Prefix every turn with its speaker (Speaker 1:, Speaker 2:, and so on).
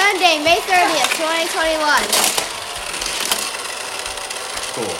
Speaker 1: Sunday, May 30th, 2021.
Speaker 2: Cool.